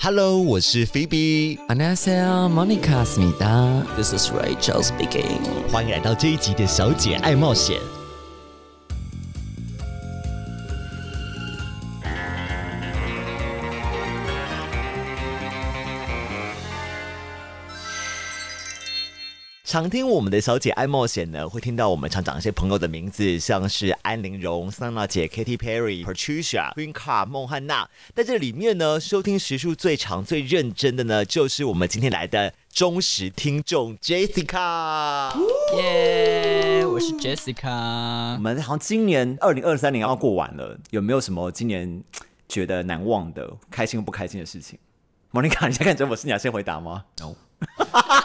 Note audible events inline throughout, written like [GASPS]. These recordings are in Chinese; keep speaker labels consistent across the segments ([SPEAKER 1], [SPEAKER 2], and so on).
[SPEAKER 1] Hello，我是 Phoebe，
[SPEAKER 2] 안녕하세요 Monica 스미다
[SPEAKER 3] This is Rachel speaking。
[SPEAKER 1] 欢迎来到这一集的《小姐爱冒险》。常听我们的小姐爱冒险呢，会听到我们常讲一些朋友的名字，像是安陵容、桑娜姐、Katy Perry、Patricia、Queen Car、孟汉娜。在这里面呢，收听时数最长、最认真的呢，就是我们今天来的忠实听众 Jessica。
[SPEAKER 3] 耶，我是
[SPEAKER 4] 我
[SPEAKER 3] Jessica。
[SPEAKER 4] 们好像今年二零二三年要过完了，有没有什么今年觉得难忘的、开心或不开心的事情？莫妮卡，你先看着我是你要先回答吗？No 。 [LAUGHS]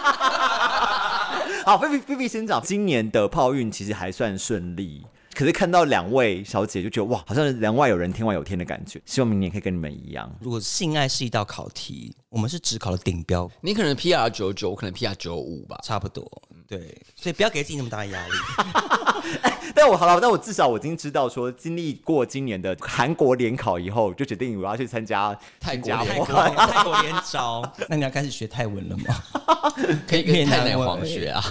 [SPEAKER 4] 好，菲菲菲菲先讲，今年的泡运其实还算顺利，可是看到两位小姐就觉得哇，好像人外有人，天外有天的感觉。希望明年可以跟你们一样。
[SPEAKER 3] 如果性爱是一道考题，我们是只考了顶标，
[SPEAKER 2] 你可能 PR 九九，我可能 PR 九五吧。
[SPEAKER 3] 差不多。
[SPEAKER 2] 嗯
[SPEAKER 3] 对，所以不要给自己那么大的
[SPEAKER 2] [LAUGHS]
[SPEAKER 3] 压力。
[SPEAKER 4] 但我好了，但我至少我已经知道说，经历过今年的 [LAUGHS] 韩国联考以后，就决定我要去参加
[SPEAKER 2] 泰国
[SPEAKER 4] 新加
[SPEAKER 2] 联
[SPEAKER 4] 坡
[SPEAKER 3] 泰国泰国连招，那你要开始学泰文
[SPEAKER 2] [LAUGHS]
[SPEAKER 3] 了吗？
[SPEAKER 2] 可以跟太奶皇学啊，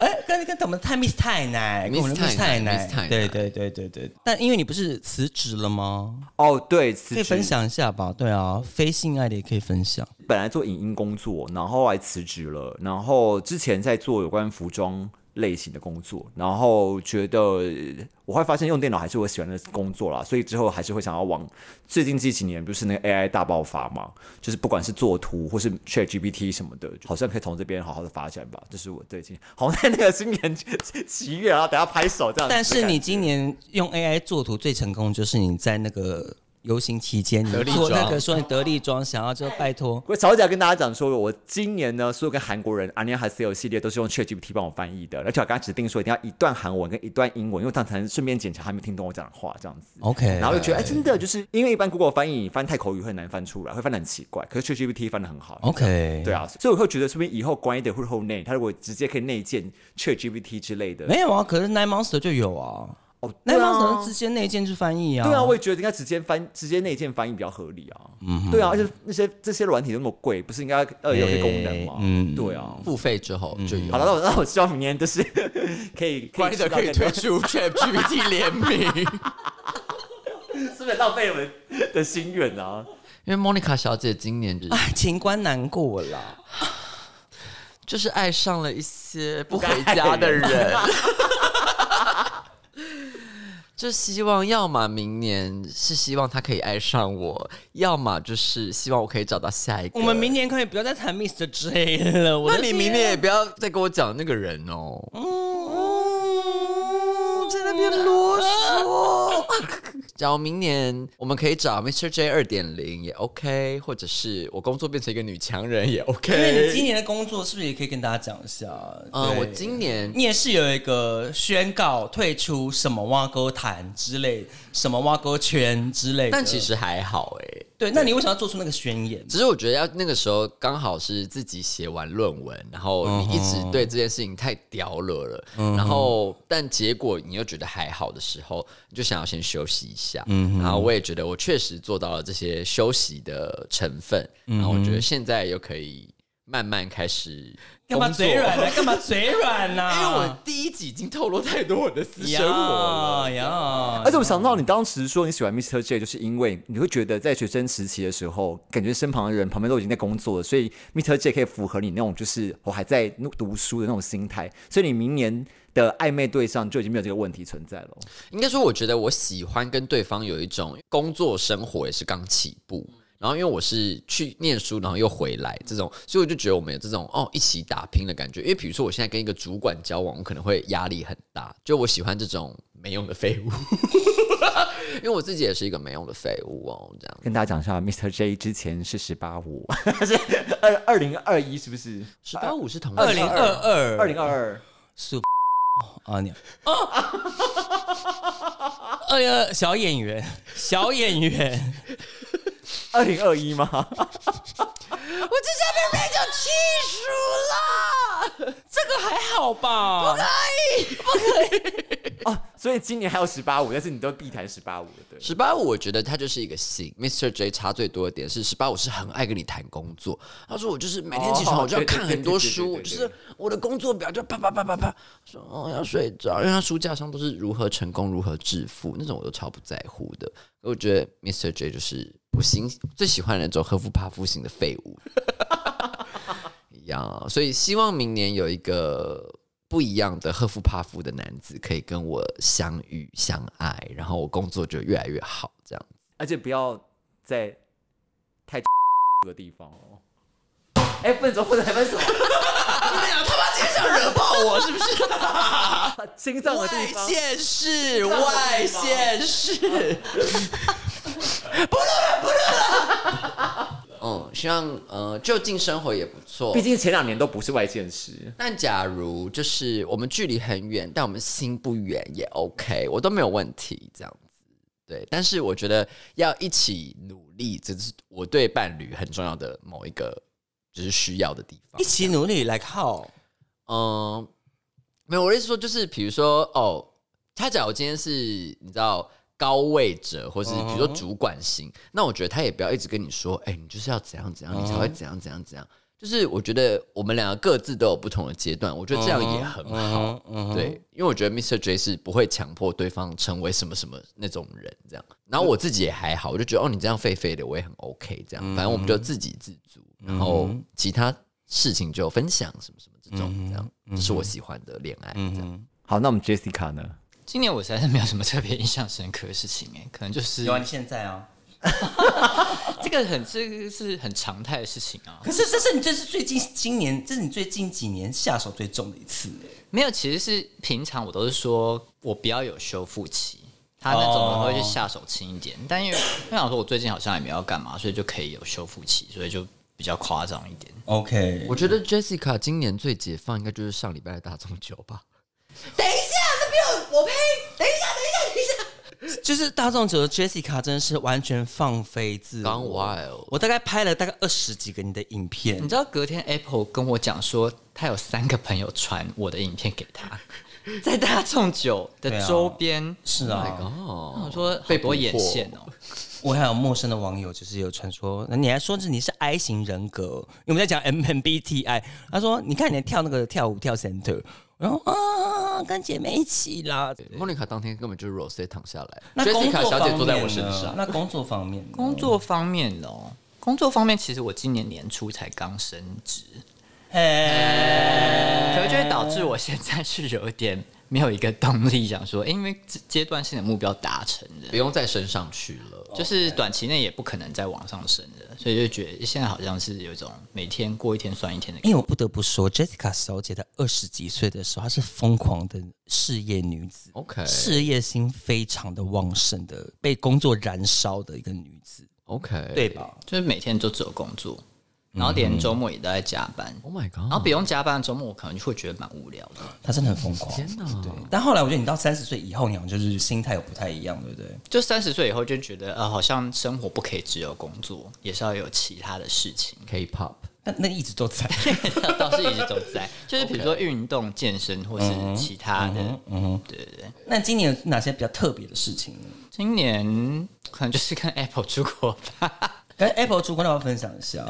[SPEAKER 3] 哎、跟跟我们泰 Miss 太奶，跟我们的
[SPEAKER 2] Miss
[SPEAKER 3] Miss 太奶
[SPEAKER 2] Miss 太奶
[SPEAKER 3] 对对对对对。但因为你不是辞职了吗？
[SPEAKER 4] 哦，对，辞
[SPEAKER 3] 可以
[SPEAKER 4] 职
[SPEAKER 3] 分享一下吧。对啊，非性爱的也可以分享。
[SPEAKER 4] 本来做影音工作，然后后来辞职了，然后之前在做有关服装类型的工作，然后觉得呃我会发现用电脑还是我喜欢的工作啦，所以之后还是会想要往最近这几年不是那
[SPEAKER 3] [LAUGHS]
[SPEAKER 4] 个 AI 大爆发嘛，就是不管是做图或是 ChatGPT 什么的，好像可以从这边好好的发展吧。这、是我最近好像在那个新年 [LAUGHS] 喜悦啊，等下拍手
[SPEAKER 2] 呃
[SPEAKER 4] 这样子的感觉。
[SPEAKER 3] 但是你今年用 AI 做图最成功，就是你在那个游行期间，你
[SPEAKER 2] 得力
[SPEAKER 3] 做那
[SPEAKER 2] 装
[SPEAKER 3] 个说你得力装，想要就拜托。
[SPEAKER 4] 我小姐跟大家讲说，我今年呢，所有跟韩国人阿尼亚哈斯有系列都是用 ChatGPT 帮我翻译的，而且我刚刚指定说一定要一段韩文跟一段英文，因为他才能顺便检查他有没有听懂我讲的话这样子。
[SPEAKER 3] OK，
[SPEAKER 4] 然后就觉得，哎、真的就是因为一般 Google 翻译你翻泰口语会很难翻出来，会翻的很奇怪，可是 ChatGPT 翻的很
[SPEAKER 3] 哦
[SPEAKER 4] 好。
[SPEAKER 3] OK，
[SPEAKER 4] 对啊，所以我会觉得，说不定以后关一点会后内，他如果直接可以内建 ChatGPT 之类的，
[SPEAKER 3] 没有啊，可是 Nine Monster 就有啊。
[SPEAKER 4] 哦，对
[SPEAKER 3] Nine
[SPEAKER 4] 啊
[SPEAKER 3] Monster 直接内建去翻译啊。
[SPEAKER 4] 对啊，
[SPEAKER 3] [LAUGHS]
[SPEAKER 4] 我也觉得应该直接翻，直接内建翻译比较合理啊。对啊，而且那些这些软体那么贵，不是应该呃有些功能吗？
[SPEAKER 3] 嗯
[SPEAKER 4] 对啊。
[SPEAKER 2] 付费之后就有。
[SPEAKER 4] 好了，那我那我希望明年就是嗯 [LAUGHS] 可以 [LAUGHS]
[SPEAKER 2] 关的
[SPEAKER 4] 吃到
[SPEAKER 2] 可以
[SPEAKER 4] 更
[SPEAKER 2] 推
[SPEAKER 4] 多，
[SPEAKER 2] 出 [LAUGHS] Chat GPT 联名，
[SPEAKER 4] 是不是浪费我们的心愿啊？
[SPEAKER 2] 因为 Monica 小姐今年就是
[SPEAKER 3] 哎，情关难过啦。
[SPEAKER 2] 就是爱上了一些不回家的人，
[SPEAKER 3] [LAUGHS]
[SPEAKER 2] 就希望要么明年是希望他可以爱上我，要么就是希望我可以找到下一个。
[SPEAKER 3] 我们明年可以不要再谈 Mr. J 了。我
[SPEAKER 2] 那
[SPEAKER 3] 的
[SPEAKER 2] 你
[SPEAKER 3] 天啊
[SPEAKER 2] 明年也不要再跟我讲那个人哦。嗯，在那边啰嗦。假如明年我们可以找 Mr. J 二点零也 OK，或者是我工作变成一个女强人也
[SPEAKER 3] 因为
[SPEAKER 2] OK。
[SPEAKER 3] 你今年的工作是不是也可以跟大家讲一下？
[SPEAKER 2] 嗯，
[SPEAKER 3] 对
[SPEAKER 2] 我今年
[SPEAKER 3] 你也是有一个宣告退出什么挖沟坛之类，什么挖沟圈之类的。
[SPEAKER 2] 但其实还好哎、
[SPEAKER 3] 对，那你为什么要做出那个宣言？
[SPEAKER 2] 只是我觉得要那个时候刚好是自己写完论文，然后你一直对这件事情太屌了了，然后但结果你又觉得还好的时候，你就想要先休息一下。然后我也觉得我确实做到了这些休息的成分，然后我觉得现在又可以慢慢开始
[SPEAKER 3] [LAUGHS] 干嘛
[SPEAKER 2] 工作
[SPEAKER 3] 嘴软呢、啊干嘛嘴软啊 [LAUGHS] 呢、
[SPEAKER 2] 因为我第一集已经透露太多我的私生活了。
[SPEAKER 3] 呀呀
[SPEAKER 4] 而且我想到你当时说你喜欢 Mr. J，就是因为你会觉得在学生时期的时候，感觉身旁的人旁边都已经在工作了，所以 Mr. J 可以符合你那种就是我还在读书的那种心态，所以你明年的暧昧对象就已经没有这个问题存在了。
[SPEAKER 2] 应该说，我觉得我喜欢跟对方有一种工作生活也是刚起步，然后因为我是去念书，然后又回来这种，所以我就觉得我们有这种哦一起打拼的感觉。因为比如说我现在跟一个主管交往，我可能会压力很大，就我喜欢这种没用的废物， [LAUGHS] 因为我自己也是一个没用的废物哦，这样
[SPEAKER 4] 跟大家讲一下，Mr. J 之前是十八五， [LAUGHS] 是二二零二一，是不是？
[SPEAKER 2] 十八五是同
[SPEAKER 3] 二零二二
[SPEAKER 4] 二零二二，
[SPEAKER 3] 啊你哦，二零二小演员，小演员，
[SPEAKER 4] 二零二一吗？ [LAUGHS]
[SPEAKER 2] 我这下被 r a 气死了。
[SPEAKER 3] 这个还好吧？
[SPEAKER 4] 哦，所以今年还有十八五，但是你都避谈十八五了，对。
[SPEAKER 2] 十八五，我觉得他就是一个性。Mr. J 差最多的点是，十八五是很爱跟你谈工作。他说我就是每天起床
[SPEAKER 4] 哦
[SPEAKER 2] 我就要
[SPEAKER 4] 对对
[SPEAKER 2] 看
[SPEAKER 4] 对
[SPEAKER 2] 很多
[SPEAKER 4] 对对
[SPEAKER 2] 书，
[SPEAKER 4] 对对
[SPEAKER 2] 就
[SPEAKER 4] 对
[SPEAKER 2] 是我的工作表就啪啪啪啪啪，说哦要睡着，因为他书架上都是如何成功、如何哦致富那种，我都超不在乎的。我觉得 Mr. J 就是我心最喜欢的那种赫夫帕夫型的废物。 [LAUGHS] 一样，所以希望明年有一个不一样的赫夫帕夫的男子可以跟我相遇相爱，然后我工作就越来越好，这样。
[SPEAKER 4] 而且不要在太 [LAUGHS] 的地方哦。哎，分手，分手，分手！哎
[SPEAKER 2] 惹爆我是不是？
[SPEAKER 4] [LAUGHS] 心脏的地方，
[SPEAKER 2] 现世，外现世，不录了，不录 [LAUGHS] 了。嗯，希望呃，就近生活也不错
[SPEAKER 4] 毕。竟前两年都不是外县市。
[SPEAKER 2] 但假如就是我们距离很远，但我们心不远也 OK，我都没有问题这样子。对，但是我觉得要一起努力，这是我对伴侣很重要的某一个就是需要的地方
[SPEAKER 3] 一。起努力，like how？
[SPEAKER 2] 嗯，没有，我的意思说就是，比如说哦，他假如今天是你知道高位者，或是比如
[SPEAKER 3] 嗯
[SPEAKER 2] 说主管型，那我觉得他也不要一直跟你说，哎、你就是要怎样怎样，你才
[SPEAKER 3] 嗯
[SPEAKER 2] 会怎样怎样怎样。就是我觉得我们两个各自都有不同的阶段，我觉得这样也很好。
[SPEAKER 3] 嗯哼，嗯哼，
[SPEAKER 2] 对，因为我觉得 Mr. J 是不会强迫对方成为什么什么那种人这样。然后我自己也还好，我就觉得哦，你这样废废的，我也很 OK 这样。反正我们就自给自足，然后其他事情就分享什么什么这种这样，这是我喜欢的恋爱这样。
[SPEAKER 4] 好，那我们 Jessica 呢？
[SPEAKER 5] 今年我实在是没有什么特别印象深刻的事情哎、可能就是
[SPEAKER 3] 有啊，你现在啊。
[SPEAKER 5] 这个很这个是很常态的事情啊。
[SPEAKER 3] 可是这是你这是最近今年，这是你最近几年下手最重的一次欸
[SPEAKER 5] 没有，其实是平常我都是说我不要有修复期，他那种
[SPEAKER 3] 哦
[SPEAKER 5] 我会去下手轻一点。但
[SPEAKER 2] 哦
[SPEAKER 5] 因为因为想说我最近好像也没有要干嘛，所以就可以有修复期，所以就比较夸张一点。
[SPEAKER 3] OK，
[SPEAKER 2] 我觉得 Jessica 今年最解放应该就是上礼拜的大众酒吧。
[SPEAKER 3] 就是大众酒的 Jessica 真的是完全放飞自我。
[SPEAKER 2] Gone wild
[SPEAKER 3] 我大概拍了大概二十几个你的影片
[SPEAKER 5] 你，知道隔天 Apple 跟我讲说，他有三个朋友传我的影片给
[SPEAKER 2] [LAUGHS]
[SPEAKER 5] 他，在大众酒的周边。
[SPEAKER 3] 是啊，
[SPEAKER 2] 哦，
[SPEAKER 5] 我想说
[SPEAKER 2] 被
[SPEAKER 5] 好多
[SPEAKER 2] 捕获
[SPEAKER 5] 眼线哦、
[SPEAKER 3] 我还有陌生的网友就是有传说，那你还说是你是 I 型人格，因为我们在讲 M M B T I，他说你看你还跳那个跳舞跳 center，然后啊跟姐妹一起啦。
[SPEAKER 2] 莫妮卡当天根本就是 Rose 躺下来
[SPEAKER 3] 那工作
[SPEAKER 2] ，Jessica 小
[SPEAKER 3] 方
[SPEAKER 2] 姐
[SPEAKER 3] 面
[SPEAKER 2] 坐在我身
[SPEAKER 3] 呢
[SPEAKER 2] 上。
[SPEAKER 3] 那工作方面呢，
[SPEAKER 5] 工作方面哦、工作方面其实我今年年初才刚升职，
[SPEAKER 3] 嘿
[SPEAKER 5] 可能就会导致我现在是有点没有一个动力，想说，诶因为这阶段性的目标达成
[SPEAKER 2] 不
[SPEAKER 5] 了，
[SPEAKER 2] 用再升上去了，
[SPEAKER 5] 就是短期内也不可能再往上升了，所以就觉得现在好像是有一种每天过一天算一天的感
[SPEAKER 3] 因为我不得不说，Jessica 小姐在二十几岁的时候，她是疯狂的事业女子
[SPEAKER 2] OK
[SPEAKER 3] 事业心非常的旺盛的，被工作燃烧的一个女子，
[SPEAKER 2] ，OK，
[SPEAKER 3] 对吧？
[SPEAKER 5] 觉，就是每天都只有工作，然后连周末也都在加班。
[SPEAKER 2] ？Oh my
[SPEAKER 5] 然后
[SPEAKER 2] god，
[SPEAKER 5] 不用加班，周末我可能就会觉得蛮无聊的。
[SPEAKER 3] 她真的很疯狂。
[SPEAKER 2] 天哪！
[SPEAKER 3] 但后来我觉得你到三十岁以后，你好像就是心态有不太一样，对不对？
[SPEAKER 5] 就三十岁以后就觉得，呃，好像生活不可以只有工作，也是要有其他的事情。 [LAUGHS]
[SPEAKER 2] K-pop，
[SPEAKER 3] 但那一直都在。 [LAUGHS]
[SPEAKER 5] 倒是一直都在，就是比如说运动、健身或是其他的。对对对，
[SPEAKER 3] 那今年有哪些比较特别的事情呢？
[SPEAKER 5] 今年可能就是 [LAUGHS] 跟 Apple 出国吧， [LAUGHS]
[SPEAKER 3] 跟 Apple 主管要不要分享一下？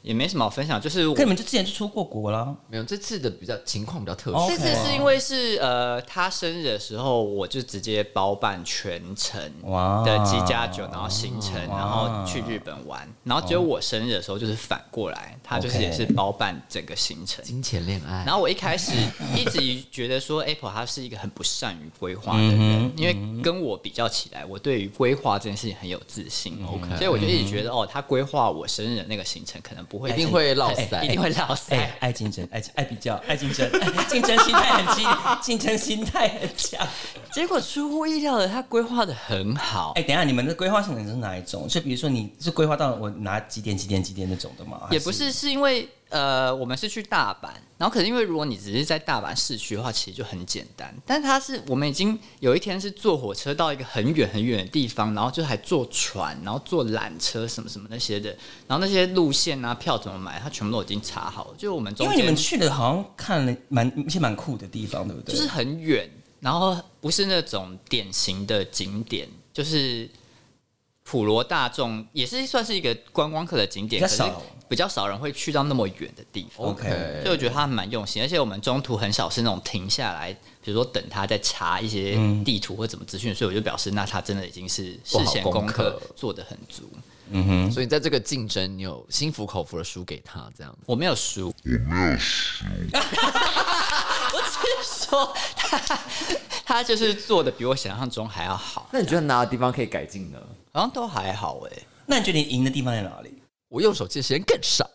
[SPEAKER 5] 也没什么好分享。就是我
[SPEAKER 3] 跟你们就之前就出过国啦，
[SPEAKER 2] 没有这次的比较情况比较特殊。
[SPEAKER 3] 哦
[SPEAKER 5] 这次是因为是呃，他生日的时候，我就直接包办全程
[SPEAKER 3] 哇
[SPEAKER 5] 的机加酒，然后行程，然后去日本玩。然后只有我生日的时候，就是反过来，他就是
[SPEAKER 3] OK
[SPEAKER 5] 也是包办整个行程。
[SPEAKER 2] 金钱恋爱，
[SPEAKER 5] 然后我一
[SPEAKER 2] [LAUGHS]
[SPEAKER 5] 开始一直觉得说 Apple 它是一个很不善于规划
[SPEAKER 2] 嗯
[SPEAKER 5] 的人，因为跟我比较起来，我对于规划这件事情很有自信。OK，所以我
[SPEAKER 2] 嗯
[SPEAKER 5] 就一直觉得哦，他规划我生日的那个行程可能不会
[SPEAKER 2] 一定会落
[SPEAKER 5] 哎
[SPEAKER 2] 塞，
[SPEAKER 5] [LAUGHS] 一定会落
[SPEAKER 3] 哎、
[SPEAKER 5] 塞。
[SPEAKER 3] 爱竞争，爱竞爱比较，爱竞争， [LAUGHS] 竞争心态很激，竞争心态很强。
[SPEAKER 5] 结果出乎意料的，他规划的很好
[SPEAKER 3] 哎、。等一下，你们的规划行程是哪一种？就比如说，你是规划到我拿几点几点几点那种的吗？
[SPEAKER 5] 也不是，是因为呃，我们是去大阪，然后可是因为如果你只是在大阪市区的话，其实就很简单。但它是我们已经有一天是坐火车到一个很远很远的地方，然后就还坐船，然后坐缆车什么什么那些的，然后那些路线啊、票怎么买，它全部都已经查好了。就我们中
[SPEAKER 3] 因为
[SPEAKER 5] 间
[SPEAKER 3] 你们去的好像看了蛮一些蛮酷的地方，对不对？
[SPEAKER 5] 就是很远，然后不是那种典型的景点，就是普罗大众也是算是一个观光客的景点，
[SPEAKER 3] 比
[SPEAKER 5] 可
[SPEAKER 3] 较
[SPEAKER 5] 是
[SPEAKER 3] 少
[SPEAKER 5] 比较少人会去到那么远的地方。
[SPEAKER 3] OK，
[SPEAKER 5] 所以我觉得他蛮用心，而且我们中途很少是那种停下来，比如说等他在查一些地图或怎么资讯，所以我就表示，那他真的已经是
[SPEAKER 2] 做
[SPEAKER 5] 事
[SPEAKER 2] 好
[SPEAKER 5] 前
[SPEAKER 2] 功
[SPEAKER 5] 功
[SPEAKER 2] 课
[SPEAKER 5] 课做的很足。
[SPEAKER 2] 所以在这个竞争，你有心服口服的输给他这样。
[SPEAKER 5] 我没有输，我没有输，我只是说他他就是做的比我想象中还要好，
[SPEAKER 4] 那你觉得哪个地方可以改进呢？
[SPEAKER 5] 好像都还好哎、
[SPEAKER 3] 那你觉得你赢的地方在哪里？
[SPEAKER 2] 我用手机的时间更少，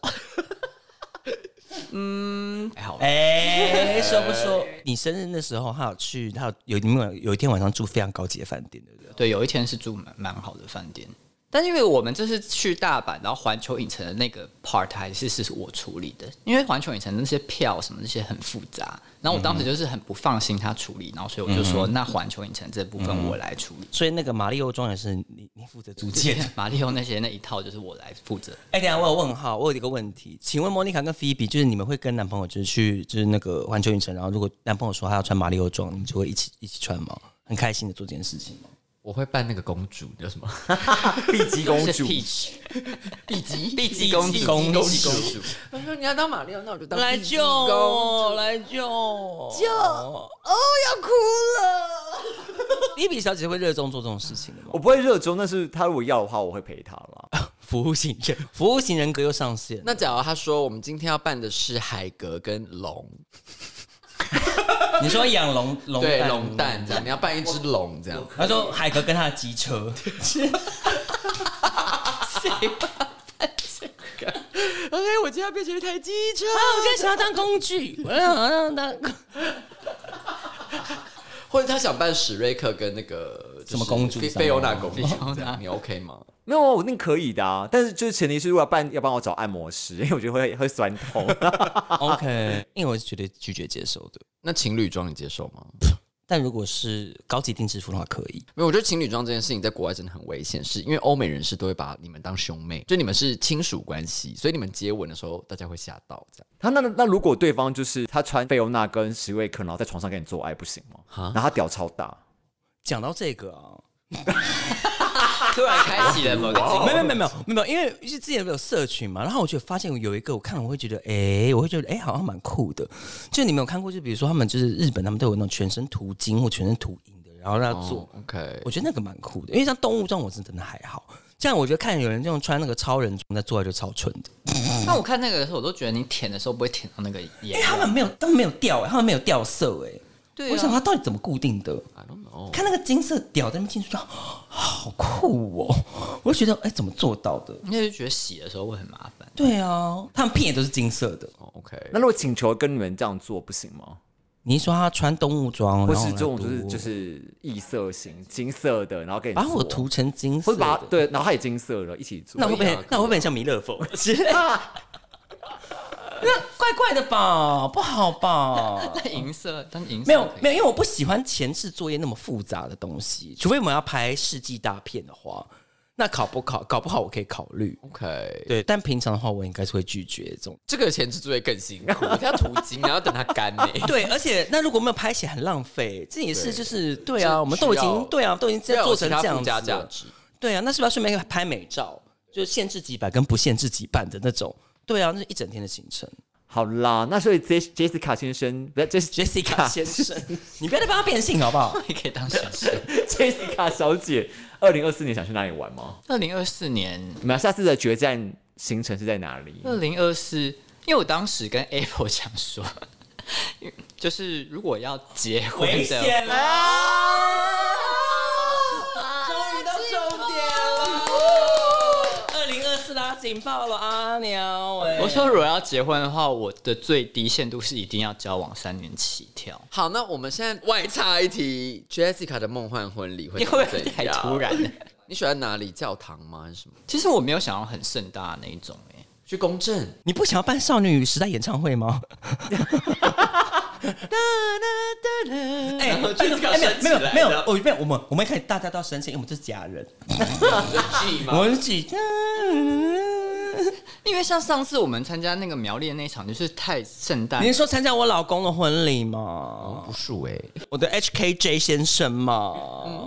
[SPEAKER 5] 还好。
[SPEAKER 3] [LAUGHS] 哎、说不说？你生日那时候，他有去，他有有你们有有一天晚上住非常高级的饭店，对不对？
[SPEAKER 5] 对，有一天是住蛮蛮好的饭店，但因为我们这次去大阪，然后环球影城的那个 part 还是是我处理的，因为环球影城那些票什么那些很复杂，然后我
[SPEAKER 3] 嗯
[SPEAKER 5] 当时就是很不放心他处理，然后所以我就说，那环球影城这部
[SPEAKER 3] 嗯
[SPEAKER 5] 分我来处理。 [LAUGHS]
[SPEAKER 3] 所以那个马里奥庄园是你你负责组建。
[SPEAKER 5] 马里奥那些那一套就是我来负责，
[SPEAKER 3] [LAUGHS] 哎、等一下我有问号，我有一个问题，请问莫妮卡跟菲比，就是你们会跟男朋友就是去就是那个环球影城，然后如果男朋友说他要穿马里奥装，你们就会一起一起穿吗？很开心的做这件事情吗？
[SPEAKER 2] 我会扮那个公主，叫什么？
[SPEAKER 4] 碧姬公
[SPEAKER 5] 是
[SPEAKER 4] 主，
[SPEAKER 5] Peach
[SPEAKER 2] 碧姬，
[SPEAKER 5] 碧姬公主，
[SPEAKER 3] 公主
[SPEAKER 5] 碧姬公主，
[SPEAKER 2] 我说你要当马里奥，那我就当
[SPEAKER 3] 来
[SPEAKER 2] 碧姬
[SPEAKER 3] 救
[SPEAKER 2] 公主
[SPEAKER 3] 我，来救我救！哦，要哭 [LAUGHS] 了。菲比小姐会热衷做这种事情的吗
[SPEAKER 4] 我？不会热衷，但是他如果要的话，我会陪他啦。
[SPEAKER 3] 服务型
[SPEAKER 2] [LAUGHS]
[SPEAKER 3] 人，服务型人格又上线。
[SPEAKER 2] [LAUGHS] 那假如他说我们今天要办的是海格跟龙，
[SPEAKER 3] 你说
[SPEAKER 2] [LAUGHS]
[SPEAKER 3] 养龙龙
[SPEAKER 2] 对
[SPEAKER 3] 蛋
[SPEAKER 2] 龙蛋这样，你要办一只龙这样，
[SPEAKER 3] 他说海哥跟他的机车，
[SPEAKER 2] [LAUGHS]
[SPEAKER 3] 啊
[SPEAKER 2] 哎，我今天要变成一台机车，
[SPEAKER 3] 我今天想要当工具， [LAUGHS] 我想当当
[SPEAKER 2] 或者他想办史瑞克跟那个就是
[SPEAKER 3] 什么公主
[SPEAKER 2] 菲
[SPEAKER 3] 上吗
[SPEAKER 2] 菲欧娜公主这样，你 OK 吗？
[SPEAKER 4] [LAUGHS] 没有啊，我那可以的啊，但是就是前提是如果要办，要帮我找按摩师，因 [LAUGHS] 为我觉得会会酸 [LAUGHS] 痛。
[SPEAKER 3] OK，因为我是绝对拒绝接受的。
[SPEAKER 2] 那情侣装你接受吗？
[SPEAKER 3] 但如果是高级定制服的话，可以。
[SPEAKER 2] 没有，我觉得情侣装这件事情在国外真的很危险，是因为欧美人士都会把你们当兄妹，就你们是亲属关系，所以你们接吻的时候大家会吓到这样。
[SPEAKER 4] 他那那如果对方就是他穿菲欧娜跟史瑞克，然后在床上跟你做爱，不行吗？然后他屌超大，
[SPEAKER 3] 讲到这个啊，
[SPEAKER 5] 突然开启了某个
[SPEAKER 2] 哦
[SPEAKER 3] 没有没有没有没有，因为是之前有社群嘛，然后我就发现有一个，我看了我会觉得，哎、我会觉得，哎、好像蛮酷的。就你们有看过，就比如说他们就是日本，他们都有那种全身涂金或全身涂银的，然后让他做。
[SPEAKER 2] 哦 OK，
[SPEAKER 3] 我觉得那个蛮酷的，因为像动物装我是真的还好，像我觉得看有人这种穿那个超人装在做爱就超蠢的，
[SPEAKER 5] 那我看那个的时候，我都觉得你舔的时候不会舔到那个盐
[SPEAKER 3] [LAUGHS] 因为。他们没有，他们没有掉、欸，他们没有掉色哎、
[SPEAKER 5] 对啊
[SPEAKER 3] 我想他到底怎么固定的？
[SPEAKER 2] I don't know。
[SPEAKER 3] 看那个金色屌在那边进去，到好酷哦、我就觉得哎、怎么做到的？
[SPEAKER 5] 应该就觉得洗的时候会很麻烦。
[SPEAKER 3] 对啊，他们屁眼都是金色的。
[SPEAKER 2] 哦 OK，
[SPEAKER 4] 那如果请求跟你们这样做不行吗？
[SPEAKER 3] 你一说他穿动物装，
[SPEAKER 4] 或
[SPEAKER 3] 哦然
[SPEAKER 4] 是
[SPEAKER 3] 后
[SPEAKER 4] 这种就是
[SPEAKER 3] 来
[SPEAKER 4] 就
[SPEAKER 3] 读
[SPEAKER 4] 是异色型金色的，然后跟你
[SPEAKER 3] 把
[SPEAKER 4] 做
[SPEAKER 3] 我涂，成金色
[SPEAKER 4] 或
[SPEAKER 3] 的，
[SPEAKER 4] 者
[SPEAKER 3] 啊
[SPEAKER 4] 把它对，然后他也金色的一起做啊
[SPEAKER 3] 那。会不会那会不会很像弥勒佛之类的？ [LAUGHS] 那怪怪的吧，不好
[SPEAKER 5] [LAUGHS]
[SPEAKER 3] 吧？
[SPEAKER 5] 那银色，但银色
[SPEAKER 3] 没有
[SPEAKER 5] 可以
[SPEAKER 3] 没有，因为我不喜欢前置作业那么复杂的东西，除非我们要拍世纪大片的话，那考不考搞不好我可以考虑。
[SPEAKER 2] OK，
[SPEAKER 3] 对，但平常的话，我应该是会拒绝这种。
[SPEAKER 2] 这个前置作业更辛
[SPEAKER 5] [LAUGHS]
[SPEAKER 2] 苦，你要涂金，然后等它干呢、
[SPEAKER 3] 对，而且那如果没有拍起来很浪费，这也是就是对啊，
[SPEAKER 2] 是
[SPEAKER 3] 我们都已
[SPEAKER 2] 需要
[SPEAKER 3] 经对啊，都已经这样
[SPEAKER 2] 要有
[SPEAKER 3] 做
[SPEAKER 2] 其
[SPEAKER 3] 成
[SPEAKER 2] 他
[SPEAKER 3] 这样
[SPEAKER 2] 附
[SPEAKER 3] 子
[SPEAKER 2] 加价
[SPEAKER 3] 了，
[SPEAKER 2] 值。
[SPEAKER 3] 对啊，那是不是要顺便拍美照？就是限制几百跟不限制几百的那种。对啊，那是一整天的行程。
[SPEAKER 4] 好啦，那所以 J Jessica 先生，不是 J
[SPEAKER 3] Jessica [LAUGHS] 先生，你不要再帮他变性好不好？
[SPEAKER 5] 也可以当小事。
[SPEAKER 4] Jessica 小姐，二零二四年想去哪里玩吗？
[SPEAKER 5] [LAUGHS] 二零二四年，
[SPEAKER 4] 你们下次的决战行程是在哪里？
[SPEAKER 3] 呃
[SPEAKER 5] 二零二四，因为我当时跟 Apple 讲说， [LAUGHS] 就是如果要结婚的，
[SPEAKER 3] 啦！啊终于到终点了，二零二四啦，警报了，阿鸟哎
[SPEAKER 5] 我说如果要结婚的话，我的最低限度是一定要交往三年起跳。
[SPEAKER 2] 好，那我们现在外插一题，Jessica 的梦幻婚礼会
[SPEAKER 5] 你会
[SPEAKER 2] 长
[SPEAKER 5] 不会
[SPEAKER 2] 怎
[SPEAKER 5] 太
[SPEAKER 2] 样
[SPEAKER 5] 突然了？
[SPEAKER 2] 你喜欢哪里？教堂吗？还是什么？
[SPEAKER 5] 其实我没有想要很盛大的那一种、欸，
[SPEAKER 2] 去公证？
[SPEAKER 3] 你不想要办少女时代演唱会 [LAUGHS] 吗？哎、
[SPEAKER 2] 然后
[SPEAKER 3] 这个
[SPEAKER 2] Jessica
[SPEAKER 3] 哎没有
[SPEAKER 2] 升起
[SPEAKER 3] 没有
[SPEAKER 2] 来
[SPEAKER 3] 没有
[SPEAKER 2] 了，
[SPEAKER 3] 我没有，我们我们可以大家都要申请，因为我们是假人，
[SPEAKER 2] G
[SPEAKER 3] 我？们是几？
[SPEAKER 5] 因为为像上次我们参加那个苗栗的那一场，就是太圣诞
[SPEAKER 3] 你是说参加我老公的婚礼吗？
[SPEAKER 2] 不数哎，
[SPEAKER 3] 我的 HKJ 先生嘛？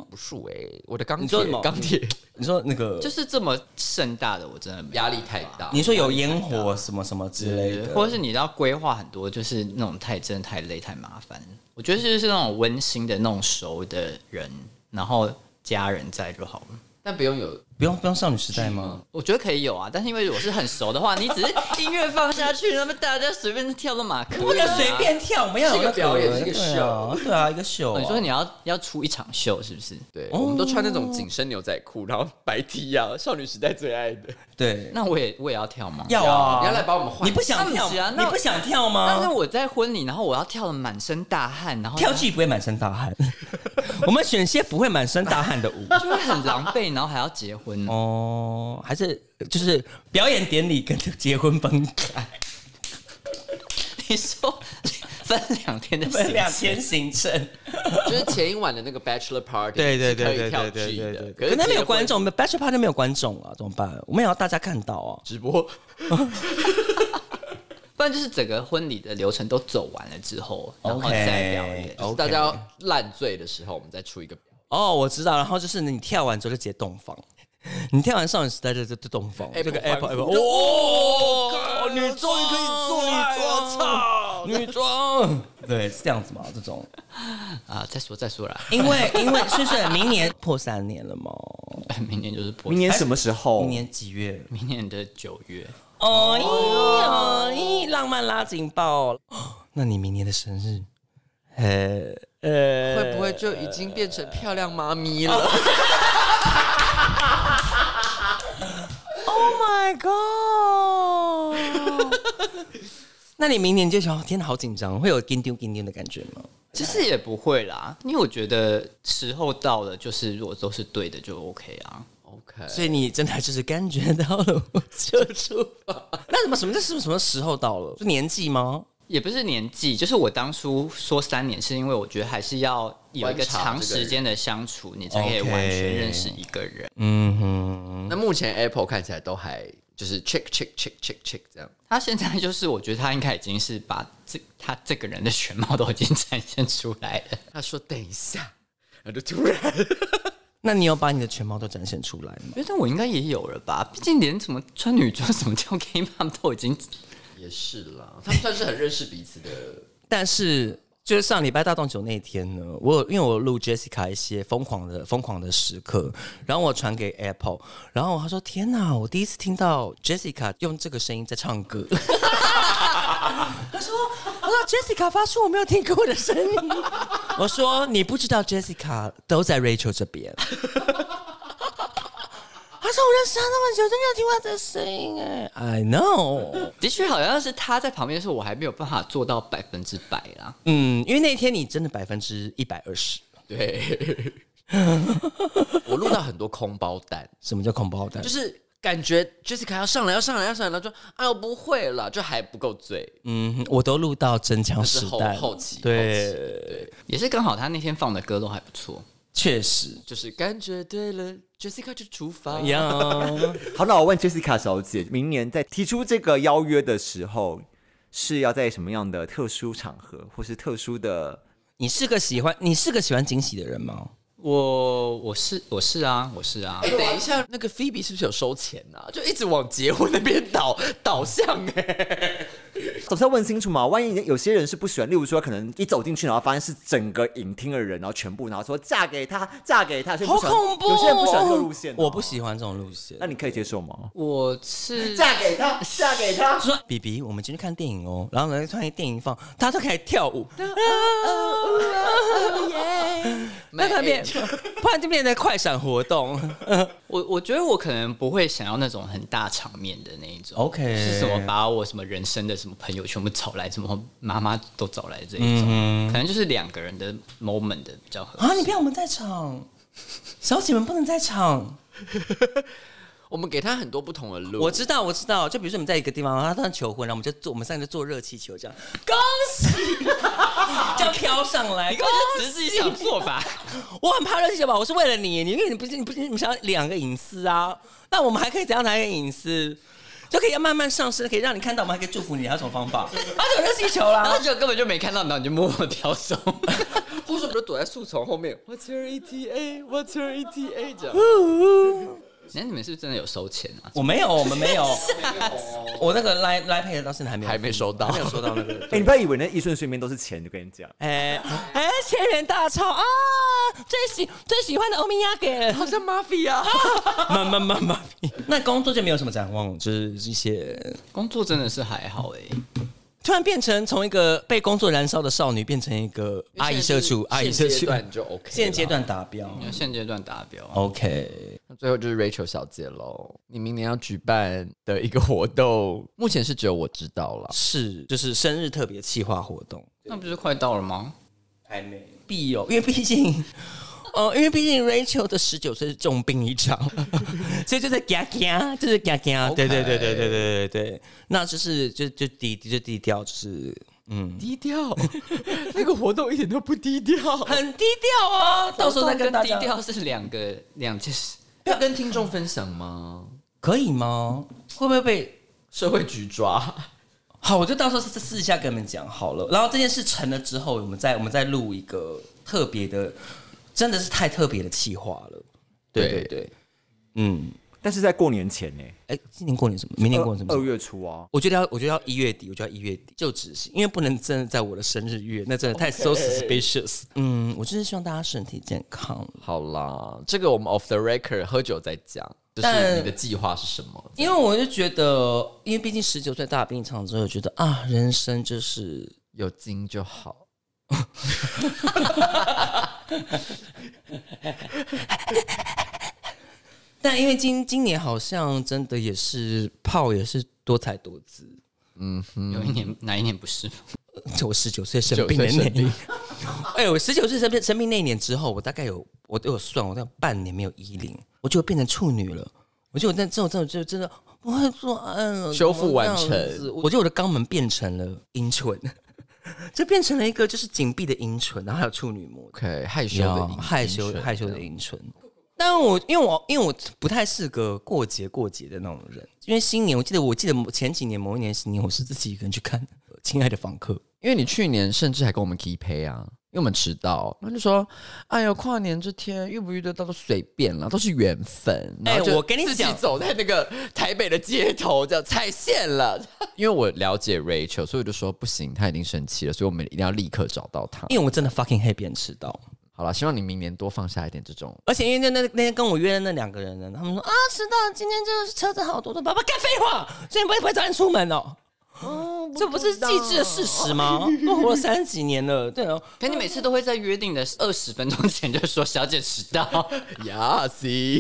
[SPEAKER 2] 不数哎，我的钢
[SPEAKER 3] 你说什
[SPEAKER 2] 铁
[SPEAKER 3] 么
[SPEAKER 2] 钢铁
[SPEAKER 3] 你说那个
[SPEAKER 5] 就是这么盛大的，我真的没有
[SPEAKER 2] 压力太大。
[SPEAKER 3] 你说有烟火什么什么之类
[SPEAKER 5] 对
[SPEAKER 3] 的，
[SPEAKER 5] 或者是你要规划很多，就是那种太真的太累太麻烦。我觉得就是那种温馨的那种熟的人，然后家人在就好了。
[SPEAKER 2] 但不用有
[SPEAKER 3] 不用不用少女时代吗？
[SPEAKER 5] 我觉得可以有啊，但是因为我是很熟的话，你只是音乐放下去，那么大家随便跳都马克，
[SPEAKER 3] 不能随。便跳，我们要有那
[SPEAKER 2] 是一个表演是一个
[SPEAKER 3] 对啊对啊，一个秀啊。
[SPEAKER 5] 哦你说你要要出一场秀是不是？
[SPEAKER 2] 对，我们都穿那种紧身牛仔裤，然后白 T 啊，少女时代最爱的。
[SPEAKER 3] 对，
[SPEAKER 5] 那我也我也要跳吗？
[SPEAKER 3] 要啊，
[SPEAKER 2] 你要来把我们换
[SPEAKER 3] 你不想
[SPEAKER 5] 那
[SPEAKER 3] 跳
[SPEAKER 5] 不行啊？
[SPEAKER 3] 你
[SPEAKER 5] 那
[SPEAKER 3] 不想跳
[SPEAKER 5] 但是
[SPEAKER 3] 吗？
[SPEAKER 5] 我在婚礼，然后我要跳的满身大汗，然后
[SPEAKER 3] 跳剧不会满身大 [LAUGHS] 汗，我们选些不会满身大汗的舞。
[SPEAKER 5] 就会很狼狈，然后还要结婚。
[SPEAKER 3] 哦，还是就是表演典礼跟结婚分开，
[SPEAKER 5] 你说分两天的
[SPEAKER 3] 分两
[SPEAKER 5] 行
[SPEAKER 3] 天行程。
[SPEAKER 2] 就是前一晚的那个 bachelor party，
[SPEAKER 3] 对对
[SPEAKER 2] 是
[SPEAKER 3] 对
[SPEAKER 2] 可以
[SPEAKER 3] 对
[SPEAKER 2] 跳
[SPEAKER 3] 对
[SPEAKER 2] G
[SPEAKER 3] 对
[SPEAKER 2] 的
[SPEAKER 3] 对，可是那边
[SPEAKER 2] 没
[SPEAKER 3] 有观，众，Bachelor Party 没有观众啊，怎么办？我们也要大家看到啊。
[SPEAKER 2] 直播
[SPEAKER 5] 不然就是整个婚礼的流程都走完了之后，然后
[SPEAKER 3] OK
[SPEAKER 5] 再表演。
[SPEAKER 2] 就是大家要烂醉的时候，我们再出一个表演。
[SPEAKER 3] 哦，我知道，然后就是你跳完之后就直接洞房， [LAUGHS] 你跳完少女时代就就就洞房，这个 Apple Apple，哦，女终于可以做女装，操，女装，对，是这样子吗？这种，
[SPEAKER 5] 啊，再说再说啦，
[SPEAKER 3] 因为因为顺顺明年破三年了嘛，
[SPEAKER 5] 明年就是破，
[SPEAKER 4] 明年什么时候？
[SPEAKER 3] 明年几月？
[SPEAKER 5] 明年的九月，
[SPEAKER 3] 哦咦哦咦，浪漫拉警报， [GASPS] 那你明年的生日，呃呃，
[SPEAKER 2] 会不会就已经变成漂亮妈咪了？
[SPEAKER 3] Oh my [LAUGHS] god！那你明年就想，天哪，好紧张，会有跟丢跟丢的感觉吗？
[SPEAKER 5] 其实也不会啦，因为我觉得时候到了，就是如果都是对的就 OK 啊。
[SPEAKER 3] 哦
[SPEAKER 2] OK，
[SPEAKER 3] 所以你真的就是感觉到了，我就出发。那什么什么？这是什么时候到了？是年纪吗？
[SPEAKER 5] 也不是年纪，就是我当初说三年，是因为我觉得还是要有一个
[SPEAKER 2] 观察
[SPEAKER 5] 长
[SPEAKER 2] 这个人
[SPEAKER 5] 时间的相处，你才可以完全
[SPEAKER 3] OK
[SPEAKER 5] 认识一个人。
[SPEAKER 3] 嗯哼，
[SPEAKER 2] 那目前 Apple 看起来都还就是 check check check check check 这样。
[SPEAKER 5] 他现在就是，我觉得他应该已经是把这他这个人的全貌都已经展现出来了。
[SPEAKER 2] [LAUGHS] 他说等一下，然后就突然
[SPEAKER 3] 那你有把你的全貌都展现出来吗？
[SPEAKER 5] 觉得我应该也有了吧，毕竟连什么穿女装、什么跳 K pop 都已经
[SPEAKER 2] 也是啦，他们算是很认识彼此的。
[SPEAKER 3] 但是就是上礼拜大洞酒那一天呢，我有因为我录 Jessica 一些疯狂的疯狂的时刻，然后我传给 Apple，然后他说：“天哪，我第一次听到 Jessica 用这个声音在唱歌。” [LAUGHS] 他说：“他说 Jessica 发出我没有听过的声音。” [LAUGHS] 我说：“你不知道 Jessica 都在 Rachel 这边。” [LAUGHS] 他说：“我认识他那么久，都没有听过他的声音哎，I know。”
[SPEAKER 5] [LAUGHS] 的确好像是他在旁边的时候，我还没有办法做到百分之百啦。
[SPEAKER 3] 嗯，因为那天你真的百分之一百二十。
[SPEAKER 2] 对， [LAUGHS] 我录到很多空包弹，
[SPEAKER 3] 什么叫恐怖好蛋？
[SPEAKER 2] 就
[SPEAKER 3] 就是
[SPEAKER 2] 是感觉 Jessica 要上来，要上来，要上来，然后就哎我不会了，就还不够醉，
[SPEAKER 3] 嗯，我都录到真枪
[SPEAKER 2] 是
[SPEAKER 3] 实
[SPEAKER 2] 后
[SPEAKER 3] 弹了，
[SPEAKER 2] 后期后
[SPEAKER 3] 对，
[SPEAKER 5] 也是刚好他那天放的歌都还不错，
[SPEAKER 3] 确实
[SPEAKER 2] 就是感觉对了，Jessica 就出发。
[SPEAKER 3] 一样。
[SPEAKER 4] 好，那我问 Jessica 小姐，明年在提出这个邀约的时候，是要在什么样的特殊场合，或是特殊的？
[SPEAKER 3] 你是个喜欢你是个喜欢惊喜的人吗？
[SPEAKER 5] 我我是我是啊我是啊
[SPEAKER 2] 哎，等一下，那个 Phoebe 是不是有收钱啊？就一直往结婚那边 [LAUGHS] 导导向哎、
[SPEAKER 4] 总是要问清楚嘛，万一有些人是不喜欢，例如说可能一走进去，然后发现是整个影厅的人，然后全部，然后说嫁给他，嫁给他，所以不喜欢有些人不喜欢这个路线、
[SPEAKER 3] 哦我不，喜欢这种路线。
[SPEAKER 4] 那你可以接受吗？
[SPEAKER 5] 我是
[SPEAKER 4] 嫁给他，嫁给他。
[SPEAKER 3] 说比比，我们今天看电影哦，然后呢，突然电影放，大家都开始跳舞，那他变，不然就变成快闪活动。
[SPEAKER 5] 我我觉得我可能不会想要那种很大场面的那一种。
[SPEAKER 3] OK
[SPEAKER 5] 是什么把我什么人生的什么朋友全部找来，什么妈妈都找来这一种，可能就是两个人的 moment 的比较合适。
[SPEAKER 3] 嗯啊，你不要我们在场，小姐们不能在场。
[SPEAKER 2] 我们给他很多不同的路。
[SPEAKER 3] 我知道，我知道。就比如说我们在一个地方，他突然求婚，然后我们就做，我们三个就做热气球，这样恭喜， [LAUGHS] 这样飘上来。
[SPEAKER 5] 根本就只是自己想做吧。
[SPEAKER 3] 我很怕热气球吧？我是为了你，你因为你不是你不是你们想要两个隐私啊？那我们还可以怎样拿一个隐私？就可以慢慢上升，可以让你看到我们还可以祝福你，还有什么方法？啊，就热气球
[SPEAKER 5] [LAUGHS] 然
[SPEAKER 3] 啦
[SPEAKER 5] 后，就根本就没看到，然后你就默默
[SPEAKER 2] [LAUGHS]
[SPEAKER 5] 飘走。
[SPEAKER 2] 护士不是躲在树丛后面？What's your ETA? What's your ETA？这样。
[SPEAKER 5] [LAUGHS] 那你们是不是真的有收钱啊？
[SPEAKER 3] 我没有，我们没有，我那个 Line Line Pay 到现在还没有，
[SPEAKER 2] 还没收到
[SPEAKER 3] 还没有收到那个。
[SPEAKER 4] 哎，你不要以为那一瞬瞬间都是钱，就跟你讲，
[SPEAKER 3] [LAUGHS] 哎哎，千人大钞啊，最喜最喜欢的欧米亚给，好像 mafia，妈妈妈妈。 [LAUGHS] 那工作就没有什么展望，就是一些
[SPEAKER 5] 工作真的是还好哎、
[SPEAKER 3] 突然变成从一个被工作燃烧的少女，变成一个阿姨社畜，阿姨
[SPEAKER 2] 现
[SPEAKER 3] 社
[SPEAKER 2] 阶
[SPEAKER 3] 畜，
[SPEAKER 2] 段就 OK。
[SPEAKER 3] 现阶，段达标。
[SPEAKER 5] 因为现阶段达标。啊
[SPEAKER 3] OK，
[SPEAKER 2] 那最后就是 Rachel 小姐喽。你明年要举办的一个活动，目前是只有我知道了。
[SPEAKER 3] 是就是生日特别企划活动，
[SPEAKER 5] 那不是快到了吗？
[SPEAKER 3] 还没必有，因为毕竟。哦， [LAUGHS] 因为毕竟 Rachel 的十九岁是重病一场， [LAUGHS] 所以就是嘎嘎，就是嘎嘎，对对对对对对对对，那就是就就低就低调，就是嗯，
[SPEAKER 2] 低
[SPEAKER 3] [LAUGHS]
[SPEAKER 2] 调，那个活动一点都不低调。
[SPEAKER 3] 很低调哦，到时候再跟大
[SPEAKER 5] 低
[SPEAKER 3] 家
[SPEAKER 5] 调是两个两件事。
[SPEAKER 2] 要跟听众分享吗？
[SPEAKER 3] 可以吗？会不会被
[SPEAKER 2] 社会局抓，
[SPEAKER 3] 好，我就到时候私私下跟你们讲好了。然后这件事成了之后，我们再我们再录一个特别的，真的是太特别的企划了。对对
[SPEAKER 2] 对
[SPEAKER 3] 对，嗯，
[SPEAKER 4] 但是在过年前呢，
[SPEAKER 3] 哎、今年过年什么？明年过年什么时
[SPEAKER 4] 二
[SPEAKER 3] 候？
[SPEAKER 4] 月初啊，
[SPEAKER 3] 我觉得要，我觉得要一月底，我就要一月底就执行，因为不能真的在我的生日月，那真的太 so suspicious。嗯，我真是希望大家身体健康，
[SPEAKER 2] 好啦，这个我们 off the record 喝酒再讲，就是
[SPEAKER 3] 但
[SPEAKER 2] 你的计划是什么？
[SPEAKER 3] 因为我就觉得，因为毕竟十九岁大病一场之后，我觉得啊，人生就是
[SPEAKER 2] 有精就好。
[SPEAKER 3] 但因为今今年好像真的也是炮也是多才多姿，
[SPEAKER 2] 嗯
[SPEAKER 5] 有一年哪一年不是吗？
[SPEAKER 3] 就我十九岁生病的那
[SPEAKER 2] 19岁生
[SPEAKER 3] 一
[SPEAKER 2] 病
[SPEAKER 3] 年， [LAUGHS] 哎、我十九岁生病生病那一年之后，我大概有我都有算，我大概有半年没有衣领，我就变成处女了。我就那这种这种就真的不会做爱了，
[SPEAKER 2] 修复完成
[SPEAKER 3] 怎么这样子我觉得我的肛门变成了阴唇， [LAUGHS] 就变成了一个就是紧闭的阴唇，然后还有处女膜，
[SPEAKER 2] OK，害羞
[SPEAKER 3] 有
[SPEAKER 2] 的阴
[SPEAKER 3] 害羞害羞。
[SPEAKER 2] 阴
[SPEAKER 3] 的
[SPEAKER 2] 唇
[SPEAKER 3] 阴唇。但我因为我因为我不太是个过节过节的那种人，因为新年我记得我记得某前几年某一年新年我是自己一个人去看《呃亲爱的房客》，
[SPEAKER 2] 因为你去年甚至还跟我们 keep pay 啊，因为我们迟到，然后就说：“哎呦，跨年这天遇不遇得到都随便了，都是缘分。”然后就
[SPEAKER 3] 哎我跟你
[SPEAKER 2] 自己
[SPEAKER 3] 讲
[SPEAKER 2] 走在那个台北的街头，这样踩线了。 [LAUGHS] 因为我了解 Rachel，所以我就说不行，她已经生气了，所以我们一定要立刻找到她。
[SPEAKER 3] [LAUGHS] 因为我真的 fucking hate 别人迟到。
[SPEAKER 2] 好了，希望你明年多放下一点这种。
[SPEAKER 3] 而且因为那那那天跟我约的那两个人呢，他们说 [LAUGHS] 啊迟到，今天就是车子好多的，爸爸干废话，所以你不会不会早点出门哦。哦，这不是既知的事实 [LAUGHS] 吗？我活了三十几年了，对哦，
[SPEAKER 5] 可你每次都会在约定的二十分钟前就说小姐迟到，
[SPEAKER 2] 呀西，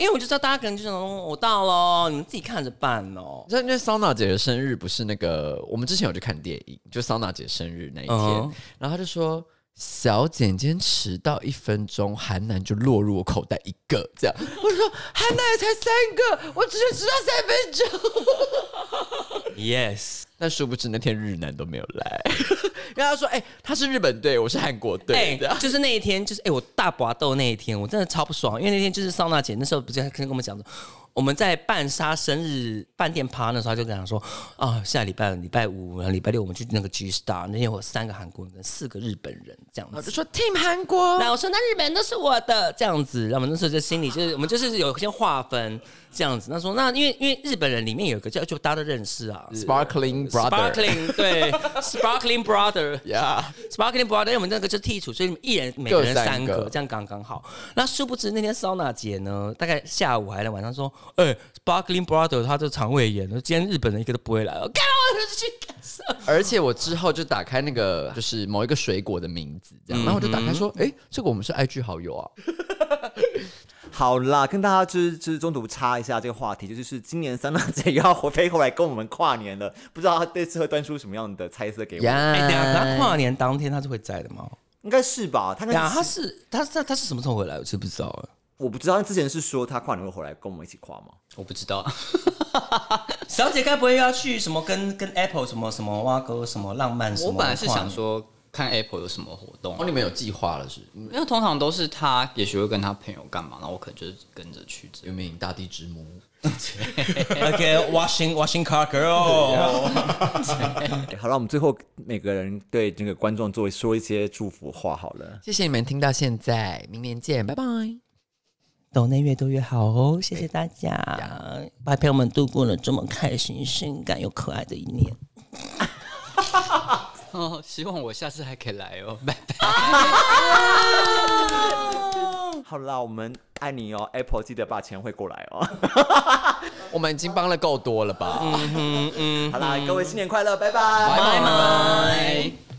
[SPEAKER 3] 因为我就知道大家可能就想说哦我到喽，你们自己看着办哦。
[SPEAKER 2] 那那桑娜姐的生日不是那个，我们之前有去看电影，就桑娜姐生日那一天，
[SPEAKER 3] 嗯
[SPEAKER 2] 然后她就说。小姐，你今天 [LAUGHS] 迟到一分钟，韩南就落入我口袋一个，这样我就说韩南才三个，我只是迟到三分钟。
[SPEAKER 3] Yes，
[SPEAKER 2] 但殊不知那天日南都没有来， [LAUGHS] 然后她说：“哎、他是日本队，我是韩国
[SPEAKER 3] 哎、
[SPEAKER 2] 队。这样
[SPEAKER 3] 就是那一天，就是哎、我大拔豆那一天，我真的超不爽，因为那天就是桑娜姐那时候不是还跟我们讲说，我们在办她生日饭店趴那时候，她就跟她说啊，下礼拜礼拜五，然后礼拜六我们去那个 G Star，那天我有三个韩国人跟四个日本人这样
[SPEAKER 2] 我
[SPEAKER 3] 子
[SPEAKER 2] 就。说 Team 韩国，
[SPEAKER 3] 然后我说那日本人都是我的这样子，然后我们那时候就心里就是我们就是有些划分这样子。那说那因为因为日本人里面有一个叫就大家都认识啊
[SPEAKER 2] Sparkling Brother，
[SPEAKER 3] ，Sparkling 对 [LAUGHS] Sparkling Brother，
[SPEAKER 2] 呀
[SPEAKER 3] Sparkling Brother，因为我们那个就剔除，所以你们一人每个
[SPEAKER 2] 各
[SPEAKER 3] 人三
[SPEAKER 2] 三
[SPEAKER 3] 个
[SPEAKER 2] 个，
[SPEAKER 3] 这样刚刚好。那殊不知那天桑娜姐呢，大概下午还来晚上说，哎、s p a r k l i n g Brother 他这肠胃炎，今天日本人一个都不会来，我干我就去干什么
[SPEAKER 2] 而且我之后就打开那个，就是某一个水果的名字，这
[SPEAKER 5] 嗯
[SPEAKER 2] 样，然后我就打开说，哎、这个我们是 IG 好
[SPEAKER 5] [LAUGHS]
[SPEAKER 2] 友啊，
[SPEAKER 4] 好啦，跟大家之之中途插一下这个话题，就是今年三大姐要回飞过来跟我们跨年了，不知道她这次会端出什么样的菜色给我们？
[SPEAKER 2] 呀、
[SPEAKER 3] 哎、等一下他跨年当天他是会在的吗？
[SPEAKER 4] 应该是吧？她
[SPEAKER 3] 对
[SPEAKER 4] 跟
[SPEAKER 3] 啊，他是他他他是什么时候回来？我是不知道啊。
[SPEAKER 4] 我不知道，她之前是说她跨年会回来跟我们一起跨吗？
[SPEAKER 5] 我不知道。 [LAUGHS]
[SPEAKER 3] 小姐该不会要去什么跟跟 Apple 什么什么挖沟什么浪漫什么？
[SPEAKER 5] 我本来是想，说看 Apple 有什么活动、
[SPEAKER 2] 哦，你们有计划了是不是？你们
[SPEAKER 5] 因为通常都是他，也许会跟他朋友干嘛，然后我可能就是跟着去这样。
[SPEAKER 2] 有没有引大地之母？
[SPEAKER 3] OK，washing washing car
[SPEAKER 5] [LAUGHS]
[SPEAKER 3] girl，
[SPEAKER 4] 好了，我们最后每个人对这个观众做说一些祝福话好了。
[SPEAKER 2] 谢谢你们听到现在，明年见，拜拜。
[SPEAKER 3] 抖内越多越好哦，谢谢大家，把朋友们度过了这么开心、性感又可爱的一年。
[SPEAKER 5] 哦，希望我下次还可以来哦，拜拜。
[SPEAKER 4] 好啦，我们爱你哦，Apple 记得把钱汇过来哦。
[SPEAKER 2] 我们已经帮了
[SPEAKER 5] 嗯
[SPEAKER 2] 够多了吧？
[SPEAKER 4] 好啦，各位新年快乐，拜拜。
[SPEAKER 3] 拜拜。